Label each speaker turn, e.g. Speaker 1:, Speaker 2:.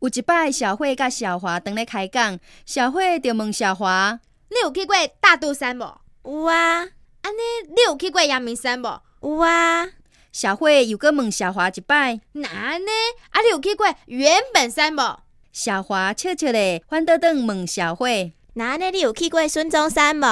Speaker 1: 有一摆，小慧甲小华当咧开讲，小慧就问小华，
Speaker 2: 你有去过大肚山无？
Speaker 3: 有啊，
Speaker 2: 安尼，你有去过阳明山无？
Speaker 3: 有啊，
Speaker 1: 小慧又搁问小华一摆，
Speaker 2: 那安尼，啊，你有去过原本山无？
Speaker 1: 小华笑笑咧，反倒转问小慧。
Speaker 3: 那安尼你有去过孙中山无？